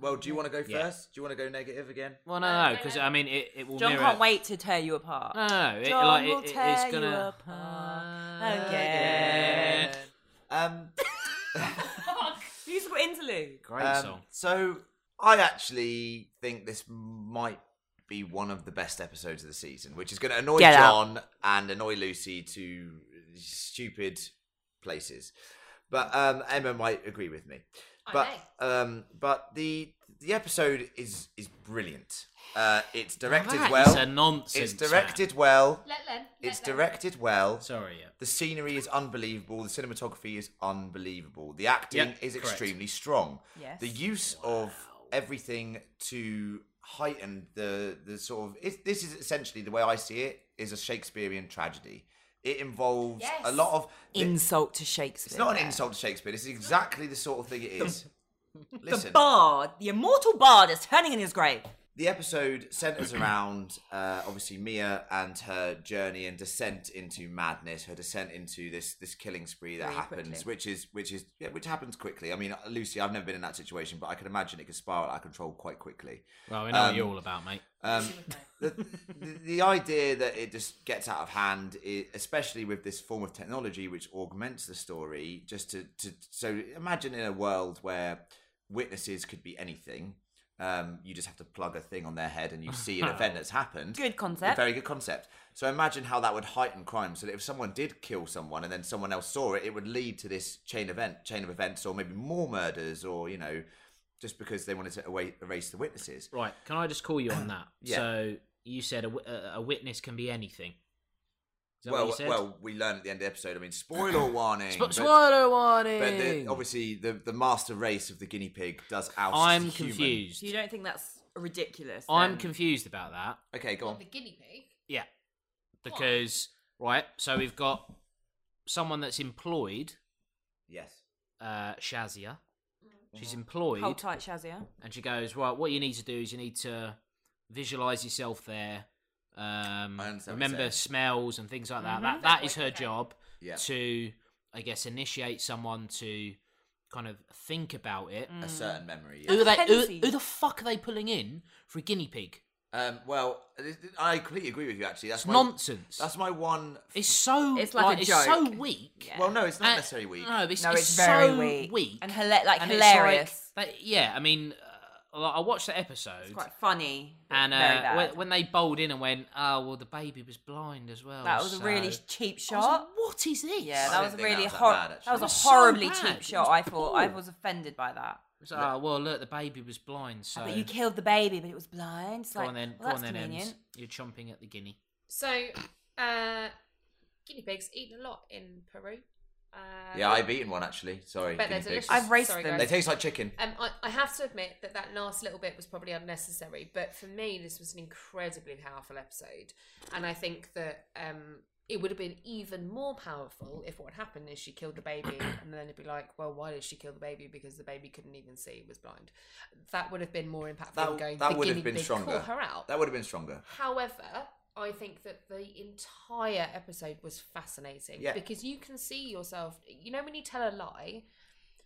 well, do you want to go first?
Yeah.
Do you want to go negative again?
Well, no,
No,
no,
no,
because
no.
I mean, it, it will.
john
mirror...
can't wait to tear you apart
No, no, no, Oh, it,
John
like,
will
it, it-
tear you
it's gonna
apart
again.
Um,
musical interlude
Great
um,
song.
So I actually think this might be one of the best episodes of the season, which is going to annoy
Get out.
John and annoy Lucy to stupid places. But um, Emma might agree with me.
I
but
know.
um, but the the episode is is brilliant. Uh, it's directed
That is
well.
a nonsense.
it's directed well.
Let Len. let
It's
Len.
directed well.
Man. Sorry. Yeah.
The scenery is unbelievable. The cinematography is unbelievable. The acting
Yep,
is
correct.
extremely strong.
Yes.
The use of everything to heighten the the sort of it, this is essentially the way I see it is a Shakespearean tragedy. It involves a
Yes.
lot of
insult to shakespeare
It's not an insult to Shakespeare. This is exactly the sort of thing it is.
the
Listen,
bard the immortal bard is turning in his grave
the episode
<clears throat>
centers around uh, obviously Mia and her journey and descent into madness, her descent into this this killing spree that
Very
happens,
quickly.
which is which is yeah, which happens quickly. I mean, Lucy, I've never been in that situation, but I can imagine it could spiral out of control quite quickly.
Well, we know what
Um,
you're all about, mate.
Um,
She would know.
the, the, the idea that it just gets out of hand, i especially with this form of technology which augments the story, just to, to so imagine in a world where witnesses could be anything, Um, you just have to plug a thing on their head and you see an event that's happened.
Good concept.
Very good concept. So imagine how that would heighten crime. So that if someone did kill someone and then someone else saw it, it would lead to this chain event, chain of events, or maybe more murders, or you know, just because they wanted to erase, erase the witnesses.
Right. Can I just call you
<clears throat>
on that?
Yeah.
So you said a, wi- a, a witness can be anything. Is that
well,
what you said?
well, we learned at the end of the episode. I mean, spoiler
<coughs>
warning.
Spo-
but-
spoiler
But the,
warning.
obviously, the, the master race of the guinea pig does oust.
I'm
the human.
confused.
So you don't think that's ridiculous?
I'm
then?
confused about that
Okay, go on.
Not the guinea pig.
Yeah. because right. So we've got someone that's employed,
Yes.
uh, Shazia. She's
Mm-hmm. Hold
employed,
tight, Shazia.
and she goes right. What you need to do is you need to visualize yourself there. Um,
I understand what you're
remember
saying.
smells and things like that.
Mhm.
That that is her job.
Yeah.
to I guess initiate someone to kind of think about it.
A certain memory.
Who,
Yeah.
are they, who,
Kenzie.
who the fuck are they pulling in for a guinea pig?
Um, well, this- I completely agree with you. Actually, that's
It's
my,
nonsense.
That's my one.
it's so
It's like a
it's
joke.
so weak.
Yeah.
Well, no, it's not
And-
necessarily weak.
Uh, No, it's,
No,
it's,
it's, very
so
weak.
weak.
and hila- like
And it's like-
hilarious.
but yeah, I mean, uh, I watched the episode.
It's, quite funny. but
and
very
uh,
bad.
when, when they bowled in and went, oh well, the baby was blind as well.
that was a
so-
really cheap
I was like,
shot.
what is this?
Yeah, that
I didn't
was a
think that
really
was that
hor- that
bad,
was
actually.
a
It was so
horribly
bad.
cheap
It was
shot. I thought I
poor.
was offended by that.
It's like, oh well, look, the baby was blind. So
But you killed the baby, but it was blind. It's
Go
like,
on then,
well,
go
that's
on then, Ems.
convenient.
You're chomping at the guinea.
So, uh, guinea pigs eaten a lot in Peru. Uh,
Yeah, I've eaten one actually. Sorry.
But they're
guinea pigs.
delicious.
I've raced
Sorry,
them.
guys.
They taste like chicken.
Um, I, I have to admit that that last little bit was probably unnecessary, but for me, this was an incredibly powerful episode, and I think that um, it would have been even more powerful if what had happened is she killed
<clears throat>
the baby, and then it'd be like, well, why did she kill the baby? Because the baby couldn't even see, was blind. That would have been more impactful. than
That,
going,
that
the
would
guinea
have been
pig,
stronger.
Call her out.
That would have been stronger.
However, I think that the entire episode was fascinating
Yeah.
because you can see yourself. You know when you tell a lie,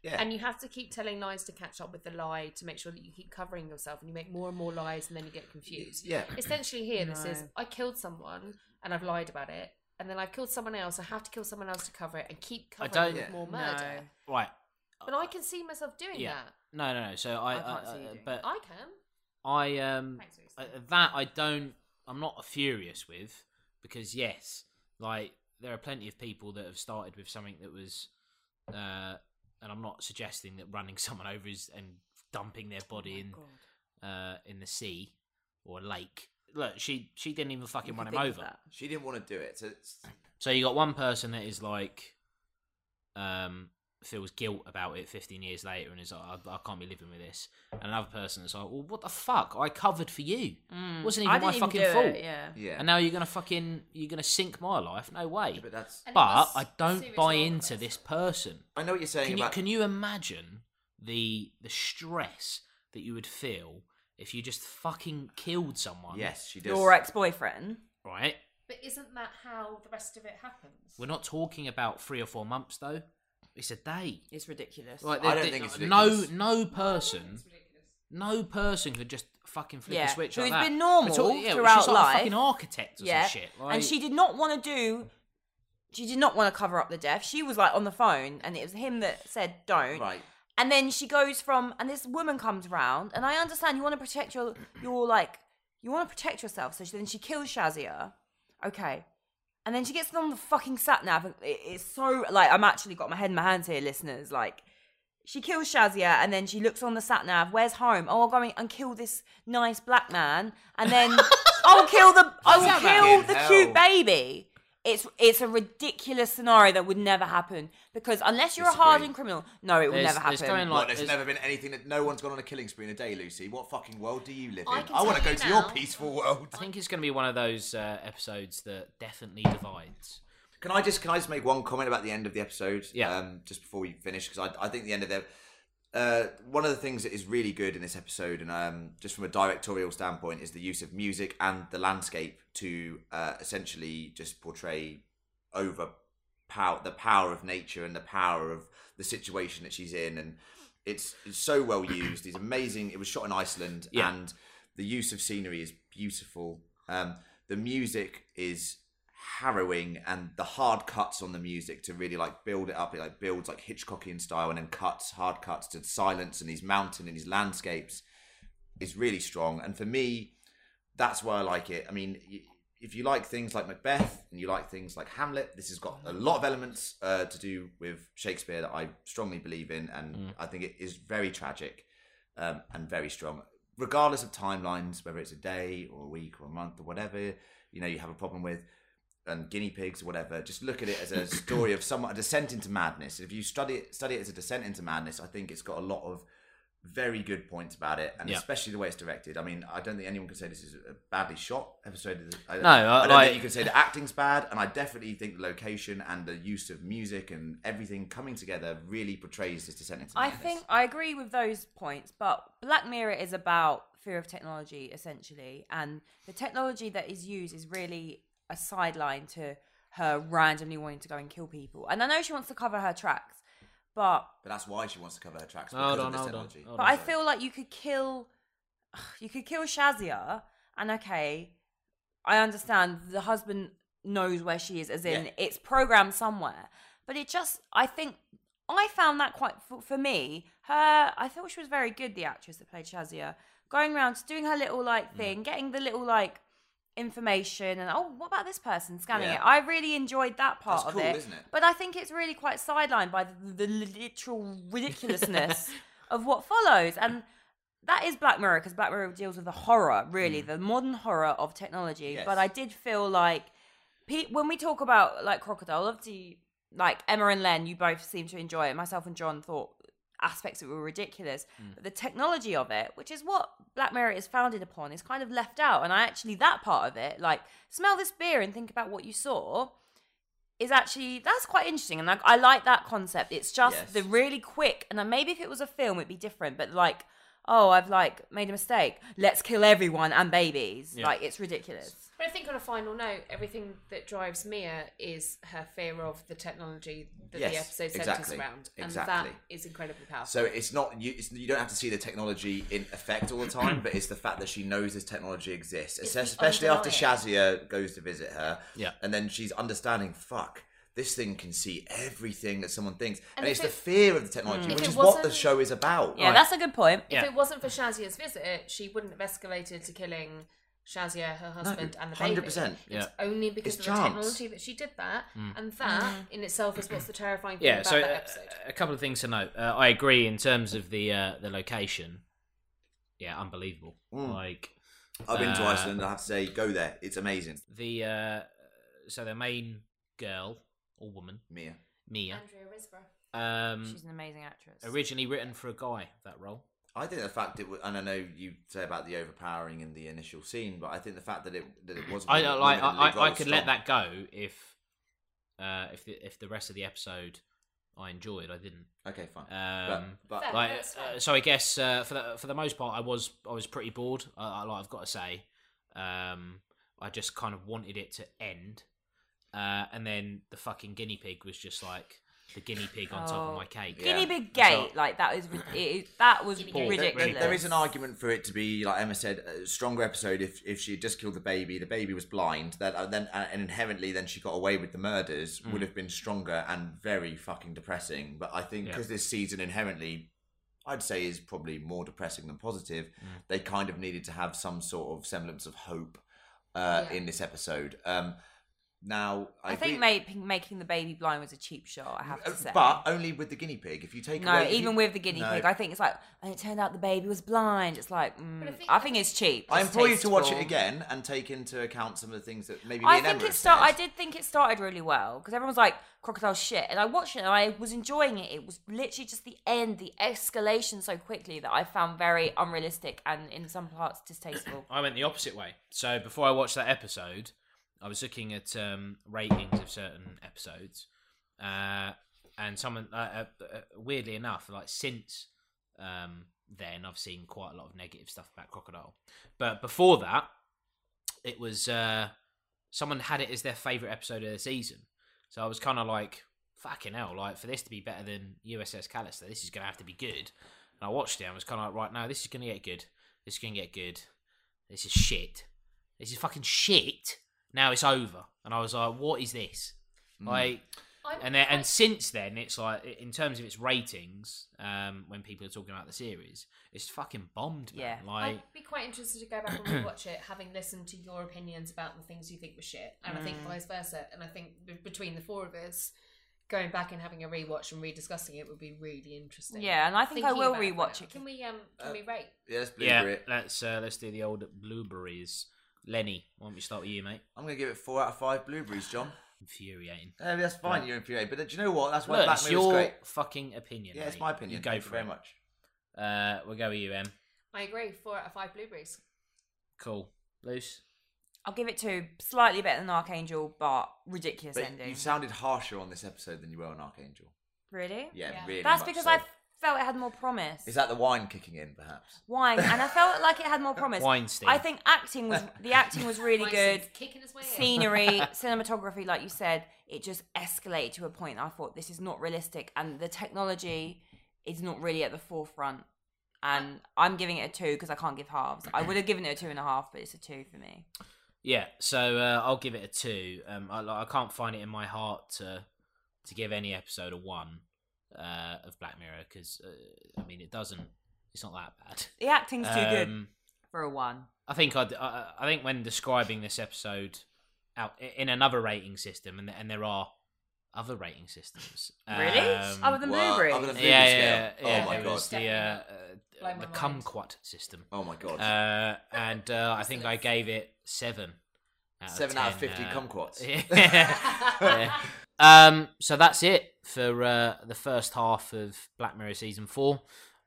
Yeah.
and you have to keep telling lies to catch up with the lie to make sure that you keep covering yourself and you make more and more lies and then you get confused.
yeah.
Essentially, here, this is
No.
I killed someone and I've lied about it, and then I've killed someone else. I have to kill someone else to cover it and keep
I
covering
don't-
it with
Yeah.
more murder.
No.
Right.
But I can see myself doing
Yeah. No, no, no. So I,
I
I,
can't see you
I-
doing
that.
but
I can.
I um
Thanks, Reece.
uh, that I don't. I'm not furious with because yes, like there are plenty of people that have started with something that was, uh, and I'm not suggesting that running <laughs> someone over is and dumping their
Oh
Oh
body in uh in the sea or lake. Look, she she didn't even fucking
You
run
could
him
think of
over.
that.
She didn't want to do it. So it's,
So you got one person that is like, um, feels guilt about it 15 years later and is like, I, I can't be living with this. And another person that's like, well, what the fuck? I covered for you.
Mm.
Wasn't
I
even my
didn't
fucking
do it,
fault.
Yeah.
yeah.
And now you're gonna fucking you're gonna sink my life? No way.
but that's.
And it
But
was
I don't
serious
buy
role
into
reversal.
this person.
I know what you're saying
Can you
about.
can you imagine the the stress that you would feel if you just fucking killed someone?
yes, she does.
Your ex-boyfriend.
Right.
But isn't that how the rest of it happens?
We're not talking about three or four months though. It's a day.
It's ridiculous.
Like,
I
there-
don't
there-
think it's
no
ridiculous.
no person no person could just fucking flip
Yeah,
a switch
who's
like that.
been normal
We're talking- yeah,
throughout
she's like
life.
A fucking architect or
yeah.
some shit. Like,
and she did not want to do. She did not want to cover up the death. She was like on the phone, and it was him that said don't.
Right.
And then she goes from, and this woman comes round, and I understand you want to protect your, your like, you want to protect yourself. So she, then she kills Shazia, okay, and then she gets on the fucking sat nav. And it, it's so like I'm actually got my head in my hands here, listeners. Like, she kills Shazia, and then she looks on the sat nav. Where's home? Oh, I'll go and- and kill this nice black man, and
<laughs>
then I'll kill the, I will kill
Fucking
the
hell.
cute baby. It's it's a ridiculous scenario that would never happen because unless you're
Disagree.
a hardened criminal, no, it will
There's-
never happen.
there's going
What,
Like,
there's
there's-
never been anything that no one's gone on a killing spree in a day, Lucy. What fucking world do you live in?
I
I,
can
want to
tell
go
you
to your
now.
peaceful world.
I think it's going to be one of those uh, episodes that definitely divides.
Can I just can I just make one comment about the end of the episode?
Yeah.
Um, just before we finish, because I, I think the end of the uh, one of the things that is really good in this episode, and um, just from a directorial standpoint, is the use of music and the landscape to uh, essentially just portray over power the power of nature and the power of the situation that she's in, and it's, it's so well used. It's amazing. It was shot in Iceland,
Yeah.
and the use of scenery is beautiful. Um, the music is harrowing and the hard cuts on the music to really like build it up it like builds like hitchcockian style and then cuts hard cuts to silence and these mountain and these landscapes is really strong. And for me, that's why I like it. I mean, y- if you like things like Macbeth and you like things like Hamlet, this has got a lot of elements uh, to do with Shakespeare that I strongly believe in, and I think it is very tragic um, and very strong. Regardless of timelines, whether it's a day or a week or a month or whatever, you know, you have a problem with, and guinea pigs or whatever, just look at it
<coughs>
as a story of someone a descent into madness. If you study it, study it as a descent into madness, I think it's got a lot of very good points about it, and
Yeah.
especially the way it's directed. I mean, I don't think anyone can say this is a badly shot episode. Of the, I,
No,
I
uh,
don't
like-
think you can say the acting's bad, and I definitely think the location and the use of music and everything coming together really portrays this descent into
I
madness.
think I agree with those points, but Black Mirror is about fear of technology essentially, and the technology that is used is really a sideline to her randomly wanting to go and kill people. And I know she wants to cover her tracks, but
but that's why she wants to cover her tracks because
Hold
of
on,
this
hold on,
technology.
hold
but I feel like you could kill, <sighs> you could kill Shazia, and okay, I understand the husband knows where she is, as in
Yeah.
it's programmed somewhere. But it just, I think, I found that quite for, for me. Her, I thought she was very good, the actress that played Shazia, going around just doing her little
Mm.
like thing, getting the little like information, and oh, what about this person? Scanning
Yeah.
it. I really enjoyed that part
That's
of
cool,
it.
isn't it?
But I think it's really quite sidelined by the, the literal
<laughs>
ridiculousness of what follows. And that is Black Mirror because Black Mirror deals with the horror, really, the modern horror of technology.
Mm. Yes.
But I did feel like pe- when we talk about like Crocodile, obviously, like Emma and Len, you both seem to enjoy it. Myself and John thought aspects that were ridiculous,
Mm.
but the technology of it, which is what Black Mirror is founded upon, is kind of left out. And I actually that part of it, like smell this beer and think about what you saw is actually that's quite interesting and like I like that concept. It's just
Yes.
the really quick and then maybe if it was a film it'd be different, but like oh I've like made a mistake. Let's kill everyone and babies.
Yeah.
Like it's ridiculous.
But I think on a final note, everything that drives Mia is her fear of the technology that the
Yes,
episode
exactly,
centers around, and
exactly.
that is incredibly powerful.
So it's not you. It's, you don't have to see the technology in effect all the time, but it's the fact that she knows this technology exists,
It's the
especially after
undeniable.
Shazia goes to visit her.
Yeah.
and then she's understanding. Fuck, this thing can see everything that someone thinks, and,
And if
it's the
it- Mm.
fear of the technology,
If
which
it
is what the
wasn't-
show is about.
Yeah, that's a good point.
if
Yeah.
it wasn't for Shazia's visit, she wouldn't have escalated to killing Shazia, her husband, and the baby.
100%.
It's
Yeah.
only because
It's
of the
chance. Mm.
technology that she did that, and that in itself is what's the terrifying thing
Mm. yeah.
about
So
that
uh,
episode.
a couple of things to note. Uh, I agree in terms of the uh, the location. Yeah, unbelievable.
Mm.
Like
I've been to
Uh,
Iceland. I have to say, go there. It's amazing.
the uh, so the main girl or woman
Mia,
Mia.
Andrea Risborough.
Um,
She's an amazing actress.
originally written for a guy that role.
I think the fact it, wa- and I know you say about the overpowering in the initial scene, but I think the fact that it that it was.
I uh,
women-
like.
women in
I,
lead
I, I
roles
could let
strong.
that go if uh, if the, if the rest of the episode I enjoyed, I didn't.
Okay, fine.
Um,
but, but
Fair.
like,
that's fair.
uh, so I guess uh, for the for the most part, I was I was pretty bored. I, I like I've got to say, um, I just kind of wanted it to end, uh, and then the fucking guinea pig was just like the guinea pig on top
Oh.
of my cake.
Yeah.
Guinea Pig
That's
Gate, like that is rid- it, is- that was
Guinea Pig. There- there-
ridiculous.
There- there is an argument for it to be, like Emma said, a stronger episode if, if she had just killed the baby, the baby was blind, that uh, then uh, and inherently then she got away with the murders would have been stronger and very fucking depressing. But I think
Yeah.
because this season inherently, I'd say, is probably more depressing than positive, they kind of needed to have some sort of semblance of hope uh,
Yeah.
in this episode. Um, now, I,
I think
agree-
ma- making the baby blind was a cheap shot. I have
uh,
to say,
but only with the guinea pig. If you take
no,
away, if
even
you-
with the guinea
No.
pig, I think it's like, and it turned out the baby was blind. It's like, mm, I,
I
think,
think-
it's cheap.
I
It's
implore you to watch it
tasteful.
again and take into account some of the things that maybe me
I
and
think
Emma
it
have
started. I
said.
did think it started really well because everyone was like crocodile shit, and I watched it and I was enjoying it. It was literally just the end, the escalation so quickly that I found very unrealistic and in some parts
<coughs>
distasteful.
I went the opposite way. So before I watched that episode, I was looking at um, ratings of certain episodes, uh, and someone uh, uh, uh, weirdly enough, like since um, then, I've seen quite a lot of negative stuff about Crocodile. But before that, it was uh, someone had it as their favorite episode of the season. So I was kind of like, fucking hell, like for this to be better than USS Callister, this is going to have to be good. And I watched it and was kind of like, right, no, this is going to get good. This is going to get good. This is shit.
Mm.
This is fucking shit. Now it's over. And I was like, what is this? Like,
I'm
and then, and since then, it's like in terms of its ratings, um, when people are talking about the series, it's fucking bombed. Man.
Yeah.
like
I'd be quite interested to go back
<clears throat>
and rewatch it, having listened to your opinions about the things you think were shit, and I think
Mm.
vice versa. And I think b- between the four of us, going back and having a rewatch and rediscussing it would be really interesting.
Yeah, and I think I
Thinking
will
about it
rewatch
now.
it.
Can we um can
Uh,
we rate?
Yes,
yeah,
blueberry.
let's uh, let's do the old blueberries. Lenny, why don't we start with you, mate?
I'm going to give it four out of five blueberries, John.
Infuriating.
Uh, that's fine,
Yeah.
you're infuriated. But then, do you know what? That's why
Look,
Black
it's
Mirror's
your
great.
fucking opinion.
Yeah, it's
mate.
my opinion.
You go
Thank
for
you very
it.
much.
Uh, we'll go with you, Em.
I agree. Four out of five blueberries.
Cool. Loose.
I'll give it to slightly better than Archangel, but ridiculous
But
ending.
you've sounded harsher on this episode than you were on Archangel.
really?
Yeah,
Yeah.
really.
That's
much
because
so.
I felt it had more promise.
Is that the wine kicking in, perhaps?
wine? And I felt like it had
<laughs>
more promise.
Weinstein.
I think acting was the acting was really
Weinstein's
good.
Kicking his way in. <laughs>
Scenery, cinematography, like you said, it just escalated to a point I thought this is not realistic, and the technology is not really at the forefront. And I'm giving it a two because I can't give halves. I would have given it a two and a half, but it's a two for me.
Yeah, so uh, I'll give it a two. Um, I, like, I can't find it in my heart to to give any episode a one uh, of Black Mirror because uh, I mean it doesn't. It's not that bad.
The acting's too good
Um,
for a one.
I think I'd, I I think when describing this episode out in another rating system, and and there are other rating systems. Um,
Really? Other than
Wow,
blueberry.
other than-
yeah, yeah,
Scale.
yeah, yeah.
Oh my
it was
God.
the uh, uh,
Blow my
the
mind.
kumquat system.
Oh my god.
Uh, and uh, I think I gave it seven. Out
Seven out of
10,
50
uh, <laughs>
kumquats.
yeah. Um, so that's it for uh, the first half of Black Mirror season four.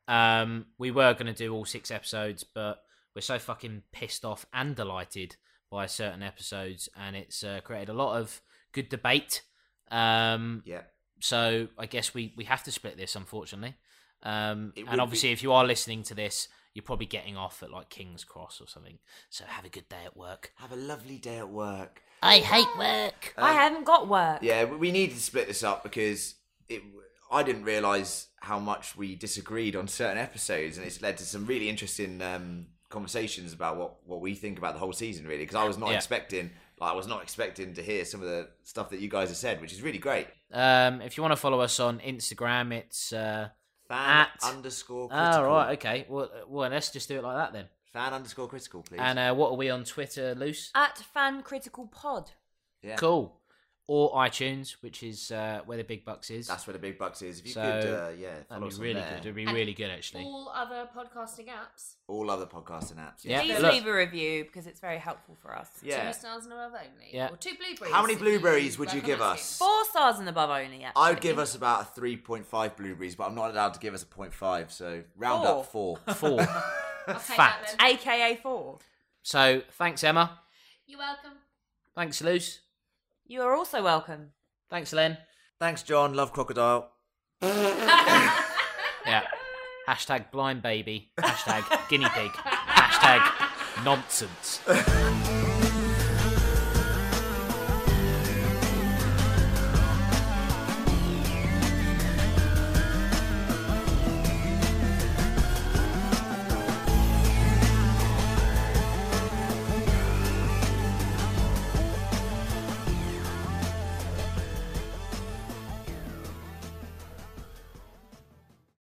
Um, we were going to do all six episodes, but we're so fucking pissed off and delighted by certain episodes, and it's uh, created a lot of good debate. Um,
yeah.
so I guess we, we have to split this, unfortunately. Um,
It would
and obviously,
be-
if you are listening to this, you're probably getting off at like King's Cross or something. So have a good day at work.
Have a lovely day at work.
I hate work.
I haven't got work.
Yeah, we we needed to split this up because it. I didn't realise how much we disagreed on certain episodes, and it's led to some really interesting um, conversations about what, what we think about the whole season, really. Because I was not
Yeah.
expecting, like, I was not expecting to hear some of the stuff that you guys have said, which is really great.
Um, if you want to follow us on Instagram, it's uh,
Fan
At-
underscore critical.
ah right, okay. Well, uh, well, let's just do it like that then.
Fan underscore critical, please.
And uh, what are we on Twitter, Loose?
Uh,
At Fan Critical Pod.
yeah,
Cool. Or iTunes, which is uh, where the big bucks is.
that's where the big bucks is. If you
So,
could, uh, yeah, follow
That'd be
us on
really
there.
good. It'd be
And
really good actually.
All other podcasting apps.
All other podcasting apps.
Yeah,
Please
look.
leave a review because it's very helpful for us.
Yeah.
Two stars and above only.
Yeah.
Or two blueberries.
How many
if
blueberries would you give
recommend
us?
it.
Four stars and above only, actually.
I'd give us about a 3.5 blueberries, but I'm not allowed to give us a 0.5, so round up four.
<laughs> Four.
<laughs> I'll take
Fat.
That then.
AKA 4.
so thanks, Emma.
You're welcome.
Thanks, Loose.
You are also welcome.
Thanks, Len.
Thanks, John. Love Crocodile.
Yeah.
<laughs>
Hashtag blind baby. Hashtag guinea pig. Hashtag nonsense.